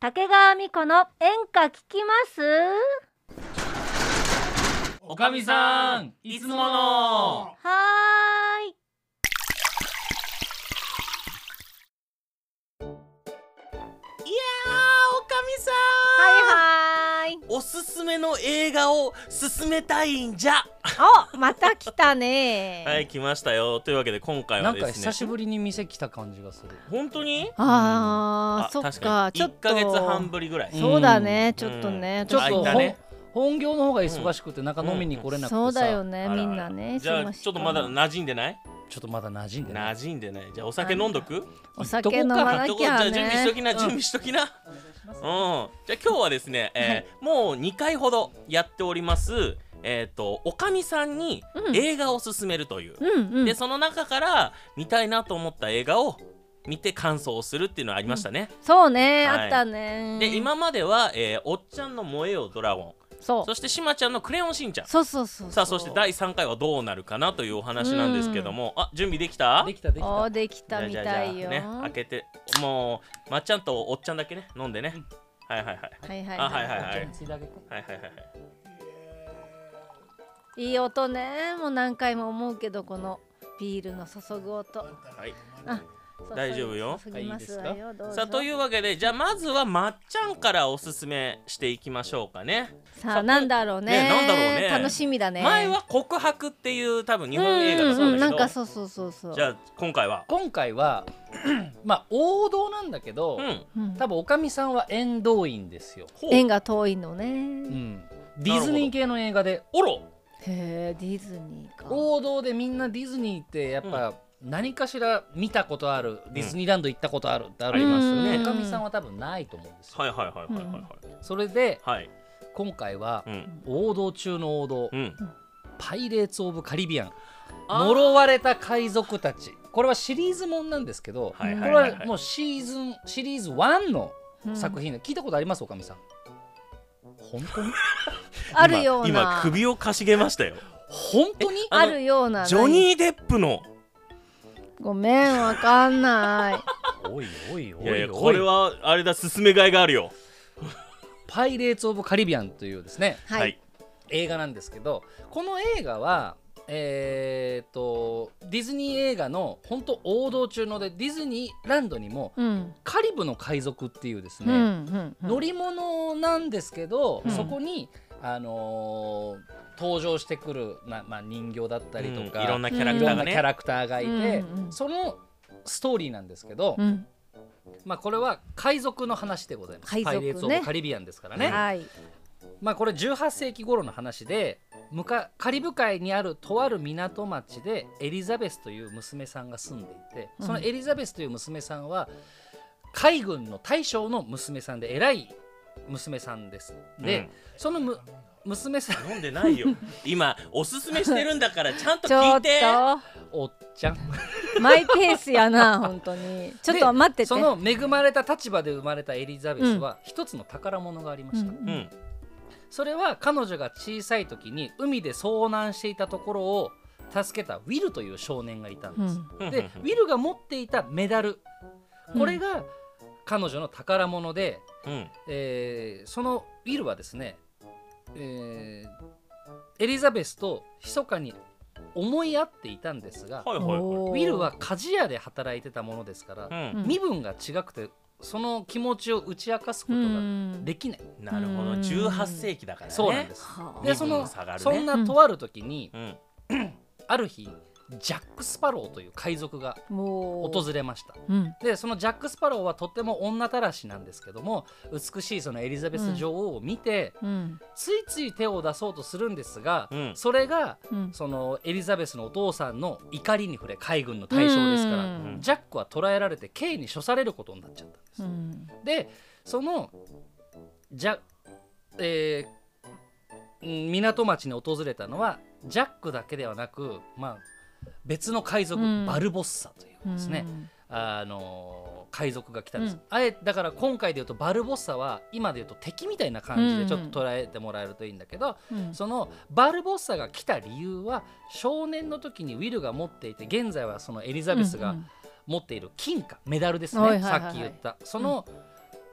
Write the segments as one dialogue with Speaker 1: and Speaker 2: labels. Speaker 1: 竹川美子の演歌聞きます
Speaker 2: おかみさんいつもの
Speaker 1: はーい
Speaker 3: いやーおかみさん、
Speaker 1: はいはい
Speaker 3: おすすめの映画を勧めたいんじゃ
Speaker 1: おまた来たね
Speaker 3: はい来ましたよというわけで今回
Speaker 2: な
Speaker 3: は
Speaker 2: ん
Speaker 3: ですね
Speaker 2: か久しぶりに店来た感じがする
Speaker 3: 本当に
Speaker 1: あーそっ
Speaker 3: 確
Speaker 1: か
Speaker 3: に
Speaker 1: ちょっと
Speaker 3: 1ヶ月半ぶりぐらい、
Speaker 2: うん
Speaker 1: そうだねちょっとね、
Speaker 3: うん
Speaker 2: ちょっ
Speaker 3: 空
Speaker 2: と
Speaker 3: いた
Speaker 2: ほん、
Speaker 3: ね
Speaker 2: 本業の方が忙しくてなんか飲みに来れなくてさ、
Speaker 1: そうだよね
Speaker 3: あらあ
Speaker 1: み
Speaker 3: ら
Speaker 1: んなね
Speaker 3: じゃあ
Speaker 1: 忙しい
Speaker 3: ちょっとまだ
Speaker 1: から
Speaker 3: 馴染んでない
Speaker 2: ちょっとまだ馴染んでない
Speaker 3: 馴染んでないじゃあお酒飲んどく
Speaker 1: お酒飲まな
Speaker 3: とこ
Speaker 1: き
Speaker 3: じゃ
Speaker 1: ゃ
Speaker 3: あ準備しと
Speaker 1: ね
Speaker 3: きな、準備しときなうんじゃあ今日はですね、えーもう2回ほどやっておりますえっ、とおかみさんに
Speaker 1: うん
Speaker 3: 映画を勧めるという、
Speaker 1: うんうん
Speaker 3: でその中から見たいなと思った映画を見て感想をするっていうのはありましたね、
Speaker 1: そうね、
Speaker 3: はい
Speaker 1: あったね
Speaker 3: で今までは、えーおっちゃんの「燃えよドラゴン
Speaker 1: そ」う
Speaker 3: そしてしまちゃんの「クレヨンしんちゃん」
Speaker 1: そうそうそう
Speaker 3: さあそして第3回はどうなるかなというお話なんですけども、あ準備できた
Speaker 2: できたでき
Speaker 1: お
Speaker 2: た
Speaker 1: ーできたみ
Speaker 3: じゃあじゃ
Speaker 1: た
Speaker 3: あ
Speaker 1: い
Speaker 3: じ
Speaker 1: よ、
Speaker 3: ゃあね開けてもうまっちゃんとおっちゃんだけね飲んでね、はいはいはい
Speaker 1: はいはい
Speaker 3: あはいはい
Speaker 2: お茶についてあげて
Speaker 3: はいはいはいはい
Speaker 1: いい音ねもう何回も思うけどこのビールの注ぐ音
Speaker 3: はい
Speaker 1: あ注い
Speaker 3: 大丈夫よ
Speaker 1: 注ぎますわよどうぞ
Speaker 3: さあというわけでじゃあまずはまっちゃんからおすすめしていきましょうかね
Speaker 1: さあなんだろうね
Speaker 3: ねなんだろうね
Speaker 1: 楽しみだね
Speaker 3: 前は「告白」っていう多分日
Speaker 1: うん
Speaker 3: 本映画
Speaker 1: う
Speaker 3: だ
Speaker 1: ん
Speaker 3: そううんだ
Speaker 1: な
Speaker 3: け
Speaker 1: ん
Speaker 3: ど、
Speaker 1: かそうそうそうそう
Speaker 3: じゃあ今回は
Speaker 2: 今回は まあ王道なんだけど、
Speaker 3: うん
Speaker 1: うん
Speaker 2: 多分おかみさんは縁動員ですよ、
Speaker 3: ほ
Speaker 1: 縁
Speaker 3: う
Speaker 1: が遠いの
Speaker 2: う
Speaker 1: ね
Speaker 2: ん、ディズニー系の映画で
Speaker 3: おろ
Speaker 1: へえディズニーか
Speaker 2: 王道でみんなディズニーってやっぱ何かしら見たことある、ディズニーランド行ったことあるってあ
Speaker 3: あ
Speaker 2: る
Speaker 3: ります
Speaker 2: よ
Speaker 3: よ
Speaker 2: ね
Speaker 1: う
Speaker 2: お
Speaker 1: ん
Speaker 2: かみさんは多分ないと思うんですよ
Speaker 3: はいはいはいはいはいはい、
Speaker 2: それで
Speaker 3: はい
Speaker 2: 今回は
Speaker 3: うん
Speaker 2: 王道中の王道、
Speaker 3: うん
Speaker 2: パイレーツ・オブ・カリビアン
Speaker 3: あー
Speaker 2: 呪われた海賊たちこれはシリーズもんなんですけど、
Speaker 3: はい
Speaker 2: こ
Speaker 3: はい
Speaker 2: れ
Speaker 3: はい
Speaker 2: は
Speaker 3: はい
Speaker 2: もうシーズンシリーズ1の
Speaker 1: うん
Speaker 2: 作品で、聞いたことありますおかみさん本当に
Speaker 1: あるような
Speaker 3: 今今首をかしげましたよ
Speaker 2: 本当に
Speaker 1: あるような
Speaker 3: ジョニー・デップの
Speaker 1: ごめんわかんない
Speaker 2: おいおいおいおい
Speaker 3: いやいやこれはあれだ進めがいがあるよ
Speaker 2: パイレーツ・オブ・カリビアンというですね
Speaker 1: はい、
Speaker 2: 映画なんですけどこの映画はえー、とディズニー映画の本当王道中のでディズニーランドにも
Speaker 1: うん
Speaker 2: カリブの海賊っていうです
Speaker 1: うんう
Speaker 2: ね、
Speaker 1: んうん
Speaker 2: 乗り物なんですけど、
Speaker 1: うん
Speaker 2: そこに、あのー登場してくる、なまあ、人形だったりとか、
Speaker 3: うんいろんなキャラ
Speaker 2: い
Speaker 3: ク
Speaker 2: ろ
Speaker 3: ター
Speaker 2: ん
Speaker 3: が
Speaker 2: なキ
Speaker 3: ね
Speaker 2: ャラクターがいて、
Speaker 1: うんうん
Speaker 2: そのストーリーなんですけど、
Speaker 1: うん
Speaker 2: まあ、これは海賊の話でございます、
Speaker 1: 海
Speaker 2: パ
Speaker 1: 賊ね
Speaker 2: イレーツ・オブ・カリビアンですからね、
Speaker 1: はい
Speaker 2: まあ、これ18世紀頃の話でむかカリブ海にあるとある港町でエリザベスという娘さんが住んでいてそのエリザベスという娘さんは海軍の大将の娘さんで偉い娘さんです。で、
Speaker 3: うん
Speaker 2: そのむ娘さん
Speaker 3: 飲んでない よ今おすすめしてるんだからちゃんと
Speaker 1: ちょ
Speaker 3: 聞
Speaker 1: っ
Speaker 3: いて
Speaker 1: と
Speaker 2: おっちゃん
Speaker 1: マイペースやな本当にちょっと待ってて
Speaker 2: その恵まれた立場で生まれたエリザベスは一つの宝物がありま
Speaker 1: う
Speaker 2: した。
Speaker 3: うんん
Speaker 2: それは彼女が小さい時に海で遭難していたところを助けたウィルという少年がいたん
Speaker 1: う
Speaker 2: です。
Speaker 1: ん
Speaker 3: うん
Speaker 2: でウィルが持っていたメダル
Speaker 1: うん
Speaker 2: これが彼女の宝物で、
Speaker 3: うん
Speaker 2: えーそのウィルはですね、えーエリザベスと密かに思い合っていたんですが、
Speaker 3: はいはいはい
Speaker 2: ウィルは鍛冶屋で働いてたものですから、
Speaker 3: うん
Speaker 2: 身分が違くてその気持ちを打ち明かすことができない、
Speaker 3: なるほど
Speaker 1: うん
Speaker 3: 18世紀だからね
Speaker 2: そうなんですす、
Speaker 1: は
Speaker 2: で
Speaker 3: 身
Speaker 2: そ
Speaker 3: 分
Speaker 2: の、
Speaker 3: が下がるね
Speaker 2: そんなとある時に、
Speaker 3: うん
Speaker 2: ある日ジャック・スパローという海賊が
Speaker 1: あもう
Speaker 2: 訪れました
Speaker 1: うん
Speaker 2: でそのジャック・スパローはとっても女たらしなんですけども美しいそのエリザベス女王を見て、
Speaker 1: うん
Speaker 2: ついつい手を出そうとするんですが、
Speaker 3: うん
Speaker 2: それが
Speaker 1: うん
Speaker 2: そのエリザベスのお父さんの怒りに触れ海軍の対象ですから、
Speaker 1: うん
Speaker 2: ジャックは捕らえられて刑に処されることになっちゃったんです。
Speaker 1: うん
Speaker 2: でそのジャ、えーうん港町に訪れたのはジャックだけではなく、まあ、別の海賊、
Speaker 1: うん
Speaker 2: バルボッサというですね、
Speaker 1: うん
Speaker 2: あの海賊が来たんです、
Speaker 1: うん
Speaker 2: あえだから今回で言うとバルボッサは今で言うと敵みたいな感じ
Speaker 1: う
Speaker 2: で
Speaker 1: ん
Speaker 2: ちょっと捉えてもらえるといいんだけど、
Speaker 1: うん
Speaker 2: そのバルボッサが来た理由は少年の時にウィルが持っていて現在はそのエリザベス
Speaker 1: う
Speaker 2: が
Speaker 1: ん
Speaker 2: 持っている金貨メダルですね、
Speaker 1: はいはいはいはい
Speaker 2: さっき言ったその、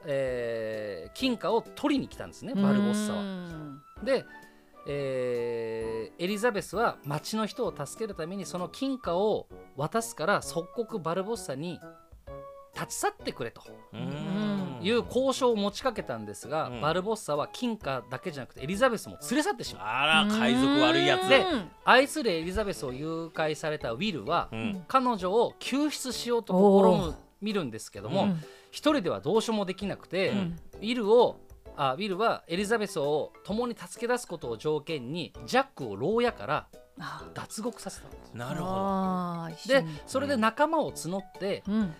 Speaker 2: えー金貨を取りに来たんですねバルボッサは。
Speaker 1: は
Speaker 2: で、えーエリザベスは町の人を助けるためにその金貨を渡すから即刻バルボッサに立ち去ってくれと
Speaker 3: うん
Speaker 2: いう交渉を持ちかけたんですが、
Speaker 3: うん
Speaker 2: バルボッサは金貨だけじゃなくてエリザベスも連れ去ってしまう
Speaker 3: あら海賊悪いやつ
Speaker 2: で愛するエリザベスを誘拐されたウィルは、
Speaker 3: うん
Speaker 2: 彼女を救出しようと試みるんですけど
Speaker 3: う
Speaker 2: も
Speaker 3: ん
Speaker 2: 一、人ではどうしようもできなくて、
Speaker 3: うん
Speaker 2: ウィルをあウィルはエリザベスを共に助け出すことを条件にジャックを牢屋から脱獄させたんですよ
Speaker 3: なるほ
Speaker 1: ほど
Speaker 2: でそれで仲間を募って、
Speaker 1: うん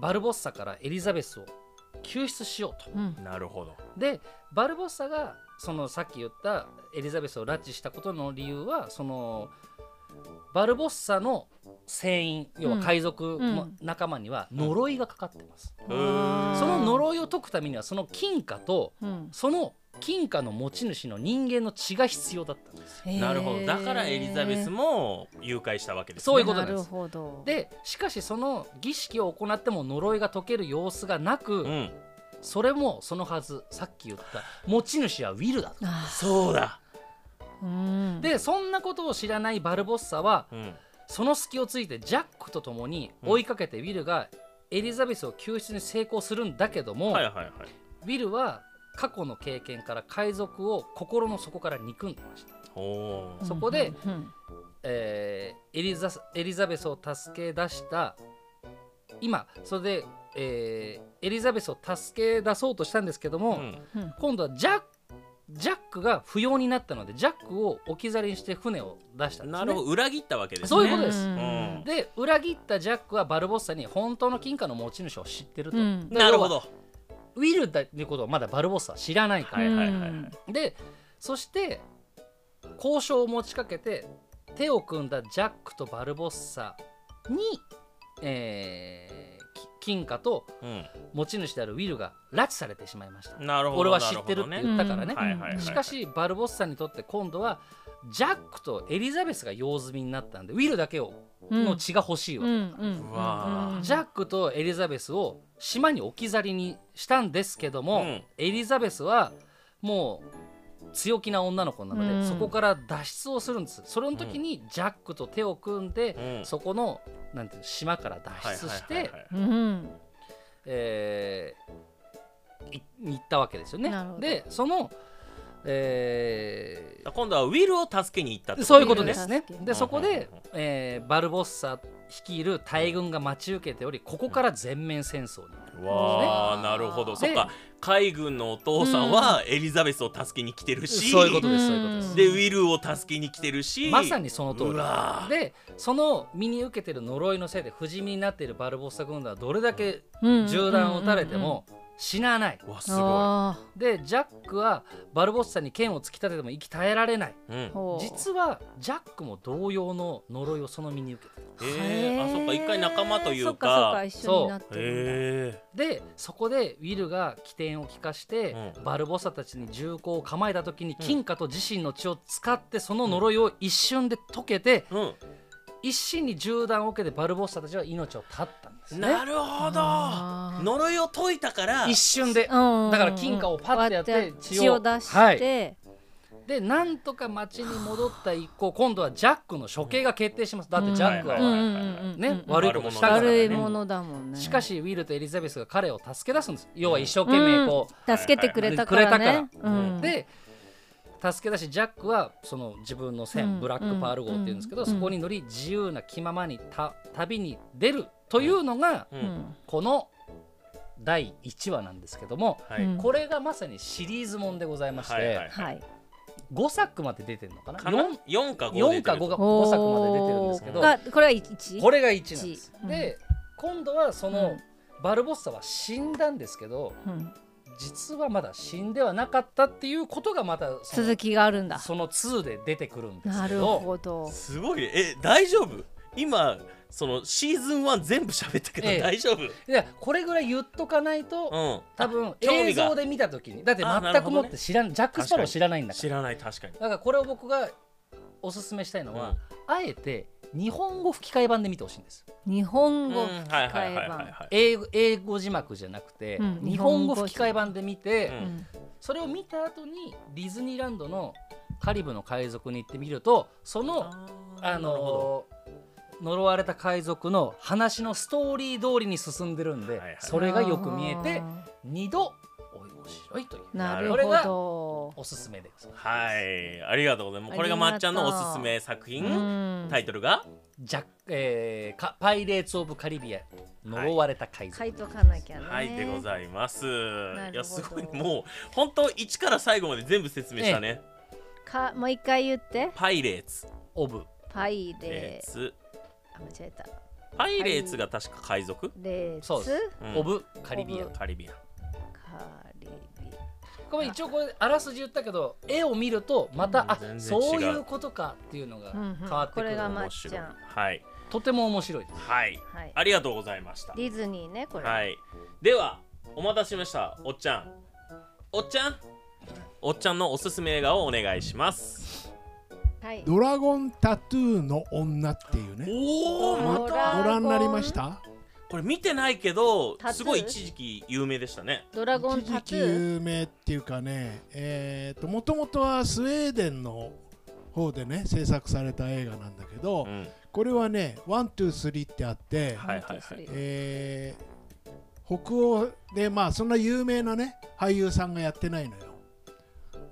Speaker 2: バルボッサからエリザベスを救出しようと。
Speaker 1: うん
Speaker 3: どなるほど
Speaker 2: でバルボッサがそのさっき言ったエリザベスを拉致したことの理由はそのバルボッサの船員要は海賊の
Speaker 1: うん
Speaker 2: 仲間には呪いがかかってます、
Speaker 3: うーん
Speaker 2: その呪いを解くためにはその金貨と
Speaker 1: うん
Speaker 2: その金貨の持ち主の人間の血が必要だったんですよ
Speaker 3: なるほどだからエリザベス
Speaker 1: も
Speaker 3: も誘拐したわけですね
Speaker 2: そういうことなんです
Speaker 1: るほど
Speaker 2: でしかしその儀式を行っても呪いが解ける様子がなく、
Speaker 3: うん
Speaker 2: それもそのはずさっき言った持ち主はウィルだと
Speaker 1: あ
Speaker 3: そうだ
Speaker 1: うん
Speaker 2: でそんなことを知らないバルボッサは
Speaker 3: うん
Speaker 2: その隙をついてジャックと共に追いかけてウィルがエリザベスを救出に成功するんだけども、
Speaker 3: はいはいはい
Speaker 2: ウィルは過去の経験から海賊を心の底から憎んでました、
Speaker 3: おおー
Speaker 2: そこで
Speaker 1: うんうん
Speaker 2: えーエリザエリザベスを助け出した今それで、えーエリザベスを助け出そうとしたんですけども、
Speaker 3: うん
Speaker 1: うんうん
Speaker 2: 今度はジャックジャックが不要になったのでジャックを置き去りにして船を出したんです、ね、
Speaker 3: なるほど裏切ったわけですね
Speaker 2: そういうことです
Speaker 1: うん
Speaker 2: で裏切ったジャックはバルボッサに本当の金貨の持ち主を知ってると、
Speaker 1: うん
Speaker 2: で
Speaker 3: なるほ
Speaker 2: 要
Speaker 3: ど
Speaker 2: はウィルだっていうことをまだバルボッサは知らないから、
Speaker 3: はいはいはいはい
Speaker 1: うん
Speaker 2: でそして交渉を持ちかけて手を組んだジャックとバルボッサに、えーき金貨と
Speaker 3: う
Speaker 2: 持ち主であるウィルが拉致されてしまいました
Speaker 3: んなるほど
Speaker 2: 俺は知ってるって
Speaker 3: なほど
Speaker 2: 言ったからね
Speaker 1: うん
Speaker 3: はいはいはい
Speaker 2: しかしバルボッサにとって今度はジャックとエリザベスが用済みになったんでウィルだけを
Speaker 1: うん
Speaker 2: の血が欲しいわけ、
Speaker 1: うんうん
Speaker 3: うわー
Speaker 2: ジャックとエリザベスを島に置き去りにしたんですけども、
Speaker 3: うん
Speaker 2: エリザベスはもう強気な女の子なので、
Speaker 1: うん
Speaker 2: そこから脱出をするんですそれの時にジャックと手を組んで、
Speaker 3: うん
Speaker 2: そこのなんていうの島から脱出して、
Speaker 3: はいはいはいはい
Speaker 1: うん
Speaker 2: えーい行ったわけですよね
Speaker 1: なるほ。ど
Speaker 2: でその、えー
Speaker 3: 今度はウィルを助けに行ったって
Speaker 2: そういうことです
Speaker 1: ウィ
Speaker 2: ね
Speaker 1: ルを助け。る
Speaker 2: でそこ
Speaker 3: うんうんうん
Speaker 2: で、えーバルボッサ率いる大軍が待ち受けておりここから全面戦争になる。
Speaker 3: わあなるほど
Speaker 2: で
Speaker 3: そっか海軍のお父さんはエリザベスを助けに来てるし、
Speaker 2: そういうことです
Speaker 1: うん
Speaker 2: そういうことです
Speaker 3: でウィルを助けに来てるし
Speaker 2: まさにその通
Speaker 3: うわー
Speaker 2: りでその身に受けてる呪いのせいで不死身になっているバルボッサ軍団はどれだけ
Speaker 1: うん
Speaker 2: 銃弾を撃たれても死なない。
Speaker 3: わす
Speaker 1: うん
Speaker 3: ご
Speaker 1: う
Speaker 3: い
Speaker 1: ん、あ
Speaker 2: でジャックはバルボッサに剣を突き立てても息絶えられない。
Speaker 3: うん
Speaker 1: ーほう
Speaker 2: 実はジャックも同様の呪いをその身に受けてる
Speaker 3: えーあそっか一回仲間とい
Speaker 1: そうっかそっか
Speaker 3: か
Speaker 1: 一緒になってるんだ
Speaker 3: え
Speaker 2: でそこでウィルが起点を利かして、
Speaker 3: うん
Speaker 2: バルボサたちに銃口を構えた時に金貨と自身の血を使ってその呪いを一瞬で解けて、
Speaker 3: ー
Speaker 2: 一心に銃弾を受けてバルボッサたちは命を絶ったんで
Speaker 3: う
Speaker 2: す
Speaker 3: ん
Speaker 2: ね
Speaker 3: なるほど
Speaker 1: あー
Speaker 3: 呪いを解いたから
Speaker 2: 一瞬で
Speaker 1: うんうん
Speaker 2: だから金貨をパッてやって
Speaker 1: 割
Speaker 2: 血を
Speaker 1: 血を出して、
Speaker 2: は
Speaker 1: う
Speaker 2: でなんとか町に戻った一行今度はジャックの処刑が決定しますだってジャックは、
Speaker 3: うん
Speaker 1: んうんうんうん
Speaker 2: ね、
Speaker 1: うん
Speaker 2: 悪いことしたからね
Speaker 1: 悪いものだもんね
Speaker 2: しかしウィルとエリザベスが彼を助け出すんです要は一生懸命こう、
Speaker 1: 助けてくれたから
Speaker 2: くれた
Speaker 1: ね
Speaker 3: ら
Speaker 1: うん
Speaker 2: で助け出しジャックはその自分の船、
Speaker 1: うん
Speaker 2: ブラックパール号っていうんですけど、
Speaker 1: うん
Speaker 2: そこに乗り自由な気ままにた旅に出るというのが
Speaker 3: う
Speaker 1: うんん
Speaker 2: この第1話なんですけども
Speaker 3: はい
Speaker 1: うん
Speaker 2: これがまさにシリーズもんでございまして、
Speaker 3: はいはい
Speaker 1: はい
Speaker 2: 5作まで出てるのかな
Speaker 3: かな四か五出てる
Speaker 2: 4か5が5作まで出てるんですけど
Speaker 1: がこれは一
Speaker 2: これが1なんです。
Speaker 1: うん
Speaker 2: で今度はその、
Speaker 1: うん
Speaker 2: バルボッサは死んだんですけど
Speaker 1: うん
Speaker 2: 実はまだ死んではなかったっていうことがまたその
Speaker 1: 続きがあるんだ
Speaker 2: その2で出てくるんです
Speaker 1: な
Speaker 2: け
Speaker 1: る
Speaker 2: ど
Speaker 1: ほど
Speaker 3: すごいねえ大丈夫今そのシーズン1全部喋ったけど
Speaker 2: ええ
Speaker 3: 大丈夫、
Speaker 2: いやこれぐらい言っとかないと、
Speaker 3: うん
Speaker 2: 多分
Speaker 3: 興
Speaker 2: 映
Speaker 3: 味が
Speaker 2: 像で見た時にだって
Speaker 3: あなる
Speaker 2: 全
Speaker 3: ほ
Speaker 2: く
Speaker 3: どね
Speaker 2: もって知らん、ジャック・スパロー知らないんだから
Speaker 3: 知らない確かに
Speaker 2: だからこれを僕がおすすめしたいのは、
Speaker 3: うん
Speaker 2: あえて日本語吹き替え版で見てほしいんです
Speaker 1: 日本
Speaker 3: うん
Speaker 1: 語
Speaker 3: はいはいはいはい
Speaker 1: 吹き替え版
Speaker 3: はい
Speaker 2: 英語英語字幕じゃなくて、
Speaker 1: うん
Speaker 2: 日本語吹き替え版で見て、
Speaker 3: うん
Speaker 2: それを見た後にディズニーランドのカリブの海賊に行ってみるとそのあ
Speaker 3: なるほ
Speaker 2: の呪われた海賊の話のストーリー通りに進んでるんで、
Speaker 3: はいはい
Speaker 2: それがよく見えて
Speaker 1: あ
Speaker 2: 二度面白いという
Speaker 1: ーなる
Speaker 2: これが
Speaker 1: ほ
Speaker 2: おすすめでございます
Speaker 3: はいありがとうございますこれが
Speaker 1: ありがとう
Speaker 3: まっちゃんのおすすめ作
Speaker 1: ど、
Speaker 3: 品、
Speaker 1: うん
Speaker 3: タイトルが
Speaker 2: ジャックえーかパイレーツ・オブ・カリビアン呪われた海賊、
Speaker 1: 書いとかなきゃね
Speaker 3: はいでございます
Speaker 1: るほど
Speaker 3: いやすごいもう本当一から最後まで全部説明したね、
Speaker 1: かもう一回言って
Speaker 3: パイレーツ
Speaker 2: オブ
Speaker 1: パイ
Speaker 3: レ
Speaker 1: レ
Speaker 3: ーツ
Speaker 1: あ間違えた
Speaker 3: パイレーツが確か海賊、
Speaker 1: レーツ
Speaker 2: そうです
Speaker 3: うん
Speaker 2: オブカリビア
Speaker 1: オ
Speaker 2: ン
Speaker 1: ブ
Speaker 3: カリビアン
Speaker 1: カリビ
Speaker 2: これ一応これあらすじ言ったけど絵を見るとまた、あ
Speaker 3: 全然違う
Speaker 2: そういうことかっていうのが
Speaker 1: うんうん
Speaker 2: 変わってくる、
Speaker 1: これがま
Speaker 3: 面
Speaker 1: っち
Speaker 3: 白い
Speaker 1: ゃん
Speaker 3: はい
Speaker 2: とても面白いです
Speaker 3: はい
Speaker 1: はい
Speaker 3: ありがとうございました
Speaker 1: ディズニーねこれ、
Speaker 3: はいではお待たせしましたおっちゃんおっちゃんおっちゃんのおすすめ映画をお願いします
Speaker 1: はい
Speaker 4: ドラゴンタトゥーの女っていうね
Speaker 3: お
Speaker 1: ーま
Speaker 4: ご
Speaker 1: た
Speaker 4: 覧になりました
Speaker 3: これ見てないけど
Speaker 1: タトゥー
Speaker 3: すごい一時期有名でしたね
Speaker 1: ドラゴン
Speaker 4: 一
Speaker 1: タ
Speaker 4: 時
Speaker 1: ト
Speaker 4: 期
Speaker 1: ゥー
Speaker 4: 有名っていうかねえー、ともともとはスウェーデンの方でね制作された映画なんだけど、
Speaker 3: うん
Speaker 4: これはねワン・ツー・スリーってあって、
Speaker 3: はいはいはい
Speaker 4: えー北欧でまあそんな有名なね俳優さんがやってないのよ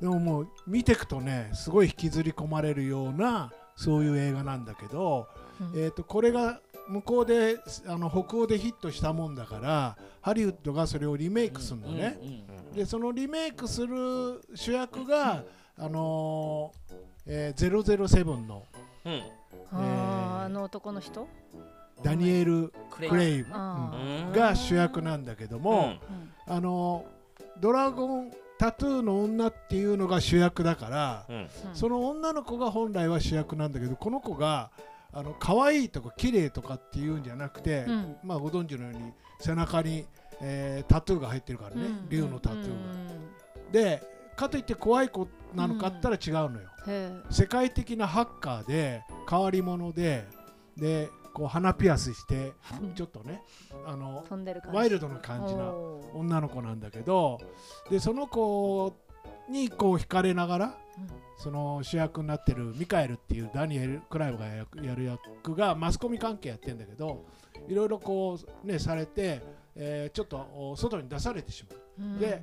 Speaker 4: でももう見てくとねすごい引きずり込まれるようなそういう映画なんだけど、
Speaker 1: うん
Speaker 4: えー、とこれが向こうであの北欧でヒットしたもんだからハリウッドがそれをリメイクするのね、
Speaker 2: うんうん
Speaker 4: でそのリメイクする主役が、あのーえー、007の
Speaker 3: うん
Speaker 1: あーあの男の人
Speaker 4: ダニエル・
Speaker 2: クレイ
Speaker 4: クレイブ、
Speaker 1: あ
Speaker 4: うん
Speaker 3: ー
Speaker 4: が主役なんだけども、
Speaker 3: うん
Speaker 1: うん
Speaker 4: あのドラゴンタトゥーの女っていうのが主役だから、
Speaker 3: うん
Speaker 1: うん
Speaker 4: その女の子が本来は主役なんだけどこの子があの可愛いとか綺麗とかっていうんじゃなくて、
Speaker 1: うん
Speaker 4: まあご存知のように背中に、えータトゥーが入ってるからね、
Speaker 1: うん
Speaker 4: 竜のタトゥー
Speaker 1: う
Speaker 4: が。
Speaker 1: ん
Speaker 4: でかといって怖い子なのかったら違うのよ。
Speaker 1: へー
Speaker 4: 世界的なハッカーで変わり者ででこう鼻ピアスしてちょっとねあの
Speaker 1: 飛んでる感じ
Speaker 4: ワイルドな感じな
Speaker 1: おー
Speaker 4: 女の子なんだけどでその子にこう惹かれながら、
Speaker 1: うん
Speaker 4: その主役になってるミカエルっていうダニエル・クライブがややる役がマスコミ関係やってんだけどいろいろこうねされて、えーちょっとお外に出されてしまう。
Speaker 1: うん
Speaker 4: で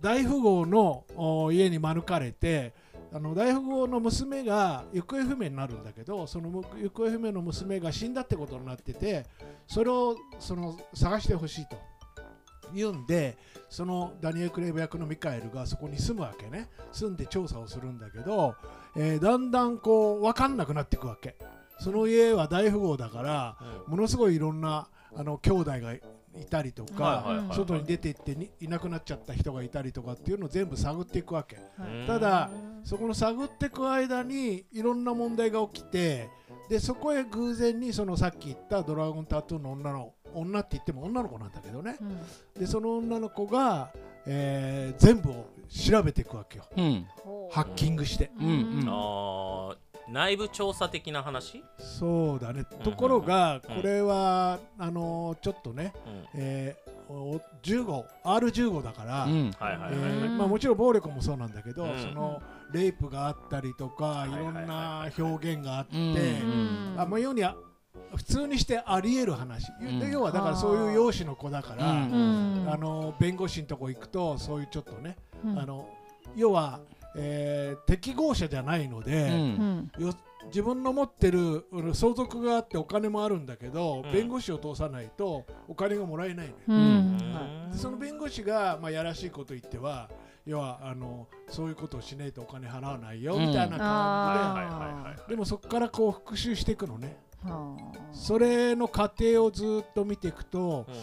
Speaker 4: 大富豪のお家に免れてあの大富豪の娘が行方不明になるんだけどその行方不明の娘が死んだってことになっててそれをその探してほしいと言うんでそのダニエル・クレイブ役のミカエルがそこに住むわけね住んで調査をするんだけど、えーだんだんこう分かんなくなっていくわけその家は大富豪だからものすごいいろんなあの兄弟がいたりとか、
Speaker 3: はいはいはい
Speaker 4: 外に出て行ってにいなくなっちゃった人がいたりとかっていうのを全部探っていくわけ
Speaker 3: うん
Speaker 4: ただそこの探っていく間にいろんな問題が起きてでそこへ偶然にそのさっき言ったドラゴンタトゥーの女の女って言っても女の子なんだけどね
Speaker 1: うん
Speaker 4: でその女の子が、えー全部を調べていくわけよ
Speaker 2: うん
Speaker 1: ほう
Speaker 4: ハッキングして
Speaker 2: うんうん
Speaker 1: うん
Speaker 3: あー内部調査的な話、
Speaker 4: そうだね
Speaker 3: うん
Speaker 4: ところが
Speaker 3: うん
Speaker 4: これはあのーちょっとね、
Speaker 3: うん、
Speaker 4: えーお 15R15 R15 だから、
Speaker 2: うん
Speaker 3: はいはいはい、
Speaker 4: え
Speaker 1: う
Speaker 4: ー
Speaker 1: ん
Speaker 4: まあ、もちろん暴力もそうなんだけど、
Speaker 3: うん
Speaker 4: そのレイプがあったりとか、
Speaker 3: い
Speaker 4: い
Speaker 3: はいはい
Speaker 4: ろんな表現があって、
Speaker 2: う
Speaker 1: う
Speaker 2: ん
Speaker 1: ん
Speaker 4: あまあ、世にあ普通にしてありえる話、
Speaker 2: うん
Speaker 4: で要はだからそういう容姿の子だから、
Speaker 2: うん
Speaker 1: うん
Speaker 4: あの弁護士のとこ行くとそういうちょっとね、
Speaker 1: うん
Speaker 4: あの要は、えー適合者じゃないの
Speaker 2: う
Speaker 4: で、
Speaker 1: うんん
Speaker 4: よ自分の持ってるうん相続があってお金もあるんだけど、
Speaker 3: うん
Speaker 4: 弁護士を通さないとお金がもらえないのよ。
Speaker 1: う
Speaker 2: うん
Speaker 1: んはい
Speaker 4: でその弁護士が、まあ、やらしいこと言っては要はあのそういうことをしないとお金払わないよ、
Speaker 2: うん
Speaker 4: みたいな感
Speaker 3: はいはいはいはい
Speaker 4: じででもそこからこう復習していくのね
Speaker 1: あー
Speaker 4: それの過程をずっと見ていくと
Speaker 3: うん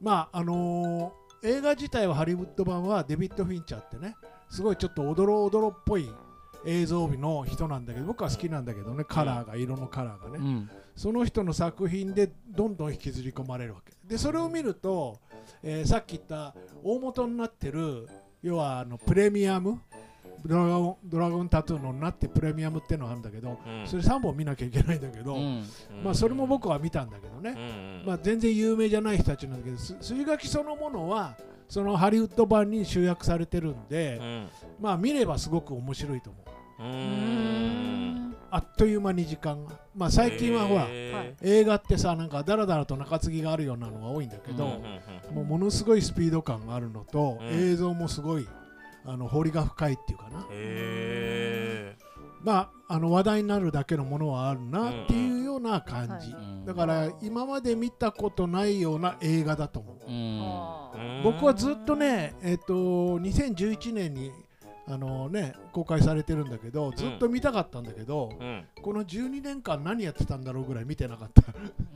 Speaker 4: まああのー映画自体はハリウッド版はデビッド・フィンチャーってねすごいちょっとおどろおどろっぽい映像美の人なんだけど僕は好きなんだけどねカラーが色のカラーがね、
Speaker 2: うん
Speaker 4: その人の作品でどんどん引きずり込まれるわけでそれを見ると、えーさっき言った大元になってる要はあのプレミアムドラゴンドラゴンタトゥーのなってプレミアムってのがあるんだけど、
Speaker 3: うん
Speaker 4: それ3本見なきゃいけないんだけど、
Speaker 2: うん
Speaker 3: うん
Speaker 4: まあそれも僕は見たんだけどね、
Speaker 3: うん
Speaker 4: まあ、全然有名じゃない人たちなんだけどす筋書きそのものはそのハリウッド版に集約されてるんで、
Speaker 3: うん
Speaker 4: まあ見ればすごく面白いと思う
Speaker 3: う
Speaker 1: うんん
Speaker 4: あっという間に時間がまあ最近はほら、
Speaker 3: へー
Speaker 1: はい
Speaker 4: 映画ってさなんかダラダラと中継ぎがあるようなのが多いんだけ
Speaker 3: うん
Speaker 4: ど、
Speaker 3: うんうん
Speaker 4: もうものすごいスピード感があるのと、
Speaker 3: うん
Speaker 4: 映像もすごいあの彫りが深いっていうかな、
Speaker 3: へ
Speaker 4: まあ、あの話題になるだけのものはあるなっていうような感
Speaker 1: う
Speaker 4: じ、
Speaker 1: ん
Speaker 2: はい
Speaker 4: だから今まで見たことないような映画だと思う、
Speaker 2: うん
Speaker 1: あ
Speaker 3: ー
Speaker 1: ー
Speaker 3: うん
Speaker 4: 僕はずっとね、えっと2011年にあの、ね、公開されてるんだけどずっと見たかったんだけど、
Speaker 3: うん
Speaker 4: この12年間何やってたんだろうぐらい見てなかっ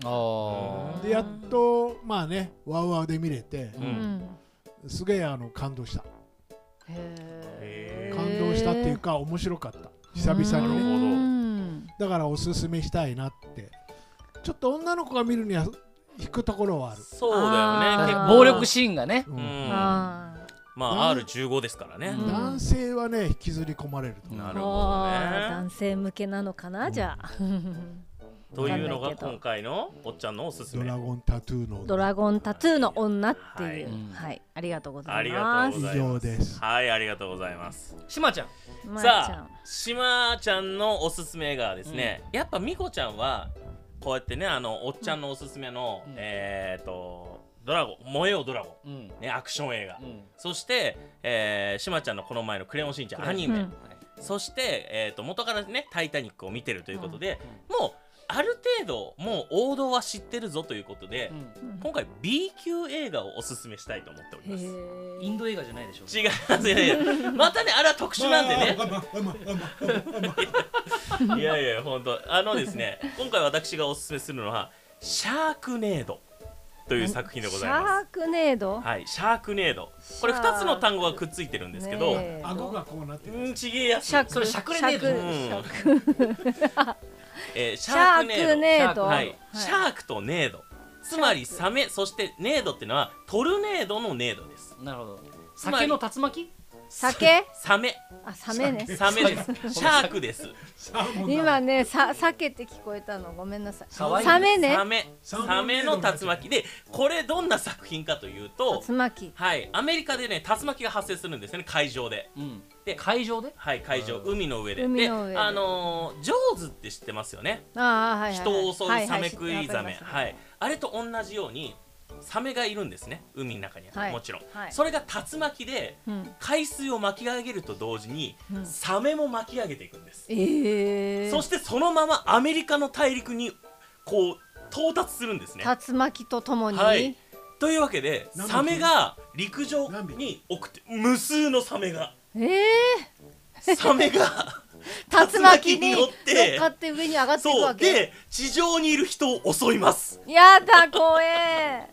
Speaker 4: た
Speaker 2: あ
Speaker 4: でやっとまあねワウワウで見れて
Speaker 3: う
Speaker 1: うんん
Speaker 4: すげえあの感動した
Speaker 1: へ
Speaker 3: へ
Speaker 1: ー
Speaker 3: ー
Speaker 4: 感動したっていうか面白かった久々に
Speaker 3: なるほ
Speaker 4: ね
Speaker 3: ど
Speaker 1: うん
Speaker 4: だからおすすめしたいなってちょっと女の子が見るには引くところはある、
Speaker 3: そうだよね
Speaker 2: あ
Speaker 3: 結
Speaker 2: ー
Speaker 3: 構
Speaker 2: 暴力シーンがね
Speaker 4: う
Speaker 3: うんん
Speaker 1: あ
Speaker 3: まあ R15 ですからね
Speaker 2: うん
Speaker 4: 男性はね引きずり込まれると
Speaker 2: な
Speaker 1: ー
Speaker 2: る
Speaker 3: ほどね
Speaker 1: あー男性向けなのかなじゃあ
Speaker 3: というの
Speaker 1: わかんな
Speaker 3: が
Speaker 1: いけど
Speaker 3: 今回のおっちゃんのおすす
Speaker 4: ド
Speaker 3: め
Speaker 4: ラゴンタトゥーの
Speaker 1: ドラゴンタトゥーの女っていう
Speaker 2: はい
Speaker 1: はい、ありがとうござ
Speaker 3: あ
Speaker 1: い
Speaker 3: りが
Speaker 1: ま
Speaker 3: と
Speaker 1: す
Speaker 3: うござい
Speaker 4: 以
Speaker 3: ま
Speaker 4: 上
Speaker 3: す
Speaker 4: です
Speaker 3: はいありがとうございます
Speaker 2: しまちゃん
Speaker 1: まーちゃ
Speaker 3: さ
Speaker 1: ん
Speaker 3: あしまちゃんのおすすめがですね、やっぱみこちゃんはこうやってねあのおっちゃんのおすすめの、
Speaker 2: うん
Speaker 3: えっ、とドラゴン燃えよドラゴ
Speaker 2: うん
Speaker 3: ンねアクション映画、
Speaker 2: うん
Speaker 3: そして、えー、しまちゃんのこの前の「クレヨンしんちゃん」アニメ、
Speaker 1: うん
Speaker 3: そして、えー、と元からね「タイタニック」を見てるということで、もうある程度もう王道は知ってるぞということで、
Speaker 1: うん
Speaker 3: 今回 B 級映画をおすすめしたいと思っております違
Speaker 1: へ
Speaker 2: インド映画じゃないでしょ
Speaker 3: いますいやい やまたねあれは特殊なんでねいやいや、本当、あのです ね、今回私がおすすめするのは、シャークネード。という作品でございま
Speaker 1: シャークネード
Speaker 3: す。はい、シャークネード。これ
Speaker 1: シャー
Speaker 3: 二つの単語がくっついてるんですけど。
Speaker 1: ねえ
Speaker 4: 顎がこうなって
Speaker 3: うん、ちげえやつ。
Speaker 1: シャク
Speaker 2: それシャクレネード
Speaker 1: シャク
Speaker 3: えーシ
Speaker 1: シャ
Speaker 3: ャー
Speaker 1: ー
Speaker 3: クネード。
Speaker 1: クネード
Speaker 3: は
Speaker 1: はい
Speaker 3: い、シャークとネード。つまりサメ、そしてネードっていうのは、トルネードのネードです。
Speaker 2: なるほど
Speaker 3: つま
Speaker 2: 酒
Speaker 3: り
Speaker 2: の竜巻
Speaker 1: 酒
Speaker 3: サメ、
Speaker 1: あサメね
Speaker 3: サメです。シャークです。
Speaker 1: 今ねさ酒って聞こえたのごめんなさい
Speaker 2: かわいい
Speaker 1: サメね
Speaker 3: サメ、サメの竜巻で、これどんな作品かというと。
Speaker 1: つまき
Speaker 3: はい、アメリカでね竜巻が発生するんですよね海上で。
Speaker 2: うん
Speaker 3: で
Speaker 2: 会場で
Speaker 3: はい海上
Speaker 2: うん
Speaker 3: 海の上で
Speaker 1: 海の上で
Speaker 3: あのージョーズって知ってますよね、
Speaker 1: ああはいはい、はい、
Speaker 3: 人を襲うサメ食
Speaker 1: はい
Speaker 3: ザメ、
Speaker 1: は
Speaker 3: はいあれと同じようにサメがいるんですね海の中には、
Speaker 1: はい
Speaker 3: もちろん、
Speaker 1: はい
Speaker 3: それが竜巻で
Speaker 1: いうん、
Speaker 3: 海水を巻き上げると同時に、
Speaker 1: うん
Speaker 3: サメも巻き上げていくんです、
Speaker 1: ええー、
Speaker 3: そしてそのままアメリカの大陸にこう到達するんですね
Speaker 1: 竜巻とともに、
Speaker 3: はいというわけで
Speaker 4: 何匹
Speaker 3: サメが陸上
Speaker 4: 何
Speaker 3: に送って無数のサメが
Speaker 1: ええ
Speaker 3: サメが
Speaker 1: ー、竜巻
Speaker 3: 竜巻に
Speaker 1: に
Speaker 3: 乗
Speaker 1: 乗
Speaker 3: って
Speaker 1: っかって上に上がっていく
Speaker 3: そう
Speaker 1: わけ
Speaker 3: で地上にいる人を襲います
Speaker 1: やだ怖 え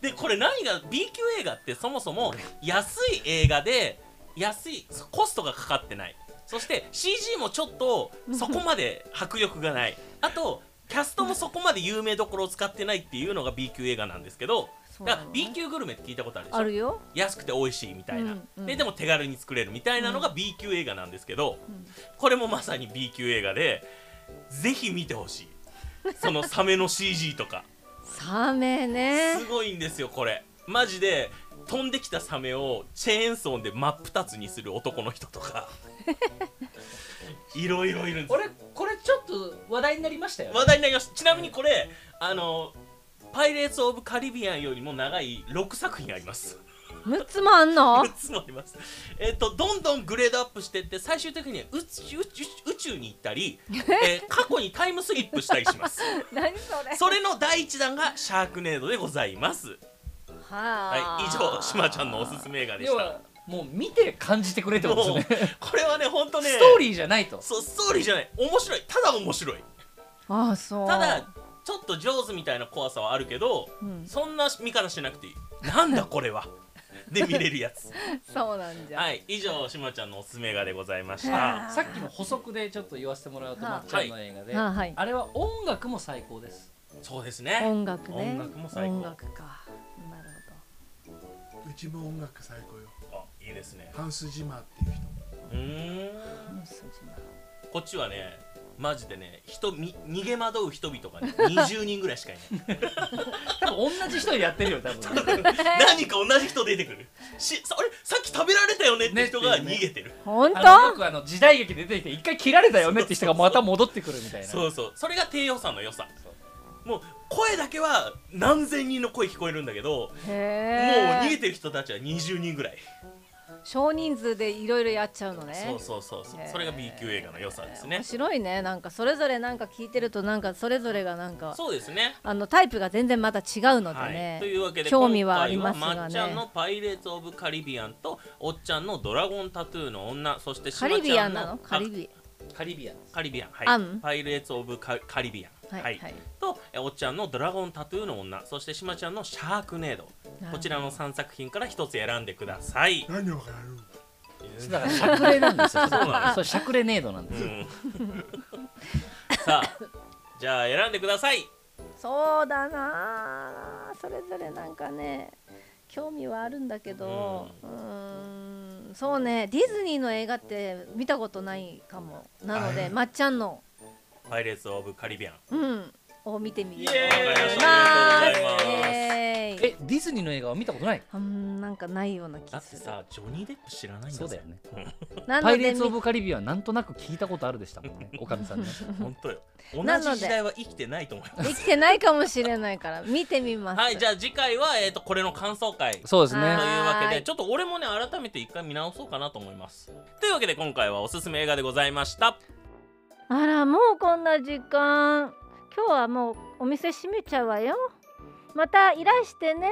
Speaker 3: でこれ何が B 級映画ってそもそも安い映画で安いコストがかかってないそして CG もちょっとそこまで迫力がないあとキャストもそこまで有名どころを使ってないっていうのが B 級映画なんですけど
Speaker 1: そう
Speaker 3: だ
Speaker 1: な
Speaker 3: か
Speaker 1: の
Speaker 3: ら B 級グルメって聞いたことあるでしょ
Speaker 1: あるよ
Speaker 3: 安くて美味しいみたいな、
Speaker 1: うんうん
Speaker 3: ででも手軽に作れるみたいなのが B 級映画なんですけど、
Speaker 1: ん
Speaker 3: これもまさに B 級映画でぜひ見てほしいそのサメの CG とか
Speaker 1: サメね
Speaker 3: すごいんですよこれマジで飛んできたサメをチェーンソーで真っ二つにする男の人とかいろいろいるんです
Speaker 2: 俺これちょっと話題になりましたよ
Speaker 3: 話題になりましたちなみにこれあの「パイレーツ・オブ・カリビアン」よりも長い6作品あります
Speaker 1: 六つもあん の
Speaker 3: 6つもありますえっ、とどんどんグレードアップしてって最終的には宇宙宇宙宇宙に行ったり、えー過去にタイムスリップしたりします
Speaker 1: 何それ
Speaker 3: それの第一弾が「シャークネード」でございます
Speaker 1: は
Speaker 3: はいい以上しまちゃんのおすすめ映画で
Speaker 2: 要
Speaker 3: し
Speaker 2: は
Speaker 3: た
Speaker 2: もう見て感じてくれってこ
Speaker 3: も
Speaker 2: と
Speaker 3: う
Speaker 2: ですね
Speaker 3: これはね本当ね
Speaker 2: ストーリーじゃないと
Speaker 3: そうストーリーじゃない面白いただ面白い
Speaker 1: ああそう
Speaker 3: ただちょっと上手みたいな怖さはあるけど、
Speaker 1: うん
Speaker 3: そんな見方しなくていいなんだこれはで見れるやつ
Speaker 1: そうなんじゃ、
Speaker 3: はい以上しまちゃんのおすすめ映画でございまし
Speaker 1: あ
Speaker 3: た
Speaker 1: ー
Speaker 2: さっきの補足でちょっと言わせてもらうと
Speaker 1: はあ
Speaker 2: まっちゃんの映画で、
Speaker 1: はいあはい
Speaker 2: あれは音楽も最高です
Speaker 3: そうですね
Speaker 1: 音楽ね
Speaker 3: 音楽も最高
Speaker 1: 音楽かなる
Speaker 4: うちも音楽最高よ
Speaker 3: あいいですね
Speaker 4: ハンス・ジマーっていう人
Speaker 3: うーんこっちはねマジでね人み逃げ惑う人々がね20人ぐらいしかいない
Speaker 2: 多分同じ人やってるよ多 分
Speaker 3: 何か同じ人出てくるしさあれさっき食べられたよねって人が逃げてる、
Speaker 1: 本
Speaker 2: あのよ
Speaker 1: 当
Speaker 2: くあの時代劇で出てきて一回切られたよねって人がまた戻ってくるみたいな
Speaker 3: そうそうそれが低予算の良さもう声だけは何千人の声聞こえるんだけど、もう逃
Speaker 1: へ
Speaker 3: げ
Speaker 1: え
Speaker 3: てる人たちは20人ぐらい、
Speaker 1: 少人数でいろいろやっちゃうのね
Speaker 3: そうそうそうそう
Speaker 1: へー
Speaker 3: それが B 級映画の良さですね
Speaker 1: 面白いねなんかそれぞれなんか聞いてるとなんかそれぞれがなんか
Speaker 3: そうですね
Speaker 1: あのタイプが全然また違うのでね、
Speaker 3: はい、というわけで
Speaker 1: 興味はあります
Speaker 3: 今回はま
Speaker 1: が
Speaker 3: っちゃんの
Speaker 1: ね
Speaker 3: 「パイレーツ・オブ・カリビアン」とおっちゃんの「ドラゴン・タトゥーの女」そしてし
Speaker 1: カ
Speaker 3: まちゃん
Speaker 1: リ
Speaker 3: の
Speaker 1: ビアンなの
Speaker 3: あ
Speaker 1: カリビ
Speaker 2: カリビアン
Speaker 3: カリビアン、はい、
Speaker 1: アン
Speaker 3: パイレーツ・オブカ・カリビアン、
Speaker 1: アン
Speaker 3: はいとえおっちゃんの「ドラゴン・タトゥーの女」そしてしまちゃんの「シャークネード」こちらの3作品から1つ選んでください、
Speaker 4: 何をやる
Speaker 2: だからしゃくれなんですよそう
Speaker 3: なんです
Speaker 2: それしゃくれネードなんで
Speaker 3: う
Speaker 2: すよ、
Speaker 3: んさあじゃあ選んでください
Speaker 1: そうだなあそれぞれなんかね興味はあるんだけどうーんそうねディズニーの映画って見たことないかもなの
Speaker 4: は
Speaker 1: で
Speaker 4: い
Speaker 1: まっちゃんの
Speaker 3: 「パイレーツ・オブ・カリビアン
Speaker 1: うんを見てみよう
Speaker 2: イエーイ
Speaker 1: と思い
Speaker 3: あ
Speaker 1: ま
Speaker 3: りがとうございます
Speaker 1: すイエーイ
Speaker 2: えディズニーの映画は見たことない
Speaker 1: うんなんかないような」気が
Speaker 3: だって
Speaker 1: する
Speaker 3: さジョニー・デップ知らないんだ
Speaker 2: そうだよね
Speaker 1: な
Speaker 2: パ
Speaker 1: の
Speaker 2: イレ
Speaker 1: で
Speaker 2: ー
Speaker 1: み
Speaker 2: ツ・オブ・カリビアンはなんとなく聞いたことあるでしたもんねおかみさんね
Speaker 3: 本当よ同
Speaker 1: なので
Speaker 3: じ時代は生きてないと思います
Speaker 1: 生きてないかもしれないから見てみます
Speaker 3: はい、じ
Speaker 1: ゃ
Speaker 3: ゃあ次回は、えー、とこれの感想会という
Speaker 2: そうですね
Speaker 1: は
Speaker 3: わけ
Speaker 1: は
Speaker 3: で
Speaker 1: い
Speaker 3: ちょっと俺もね改めて一回見直そうかなと思いますというわけで今回はおすすめ映画でございました
Speaker 1: あらもうこんな時間今日はもうお店閉めちゃうわよまたいらしてね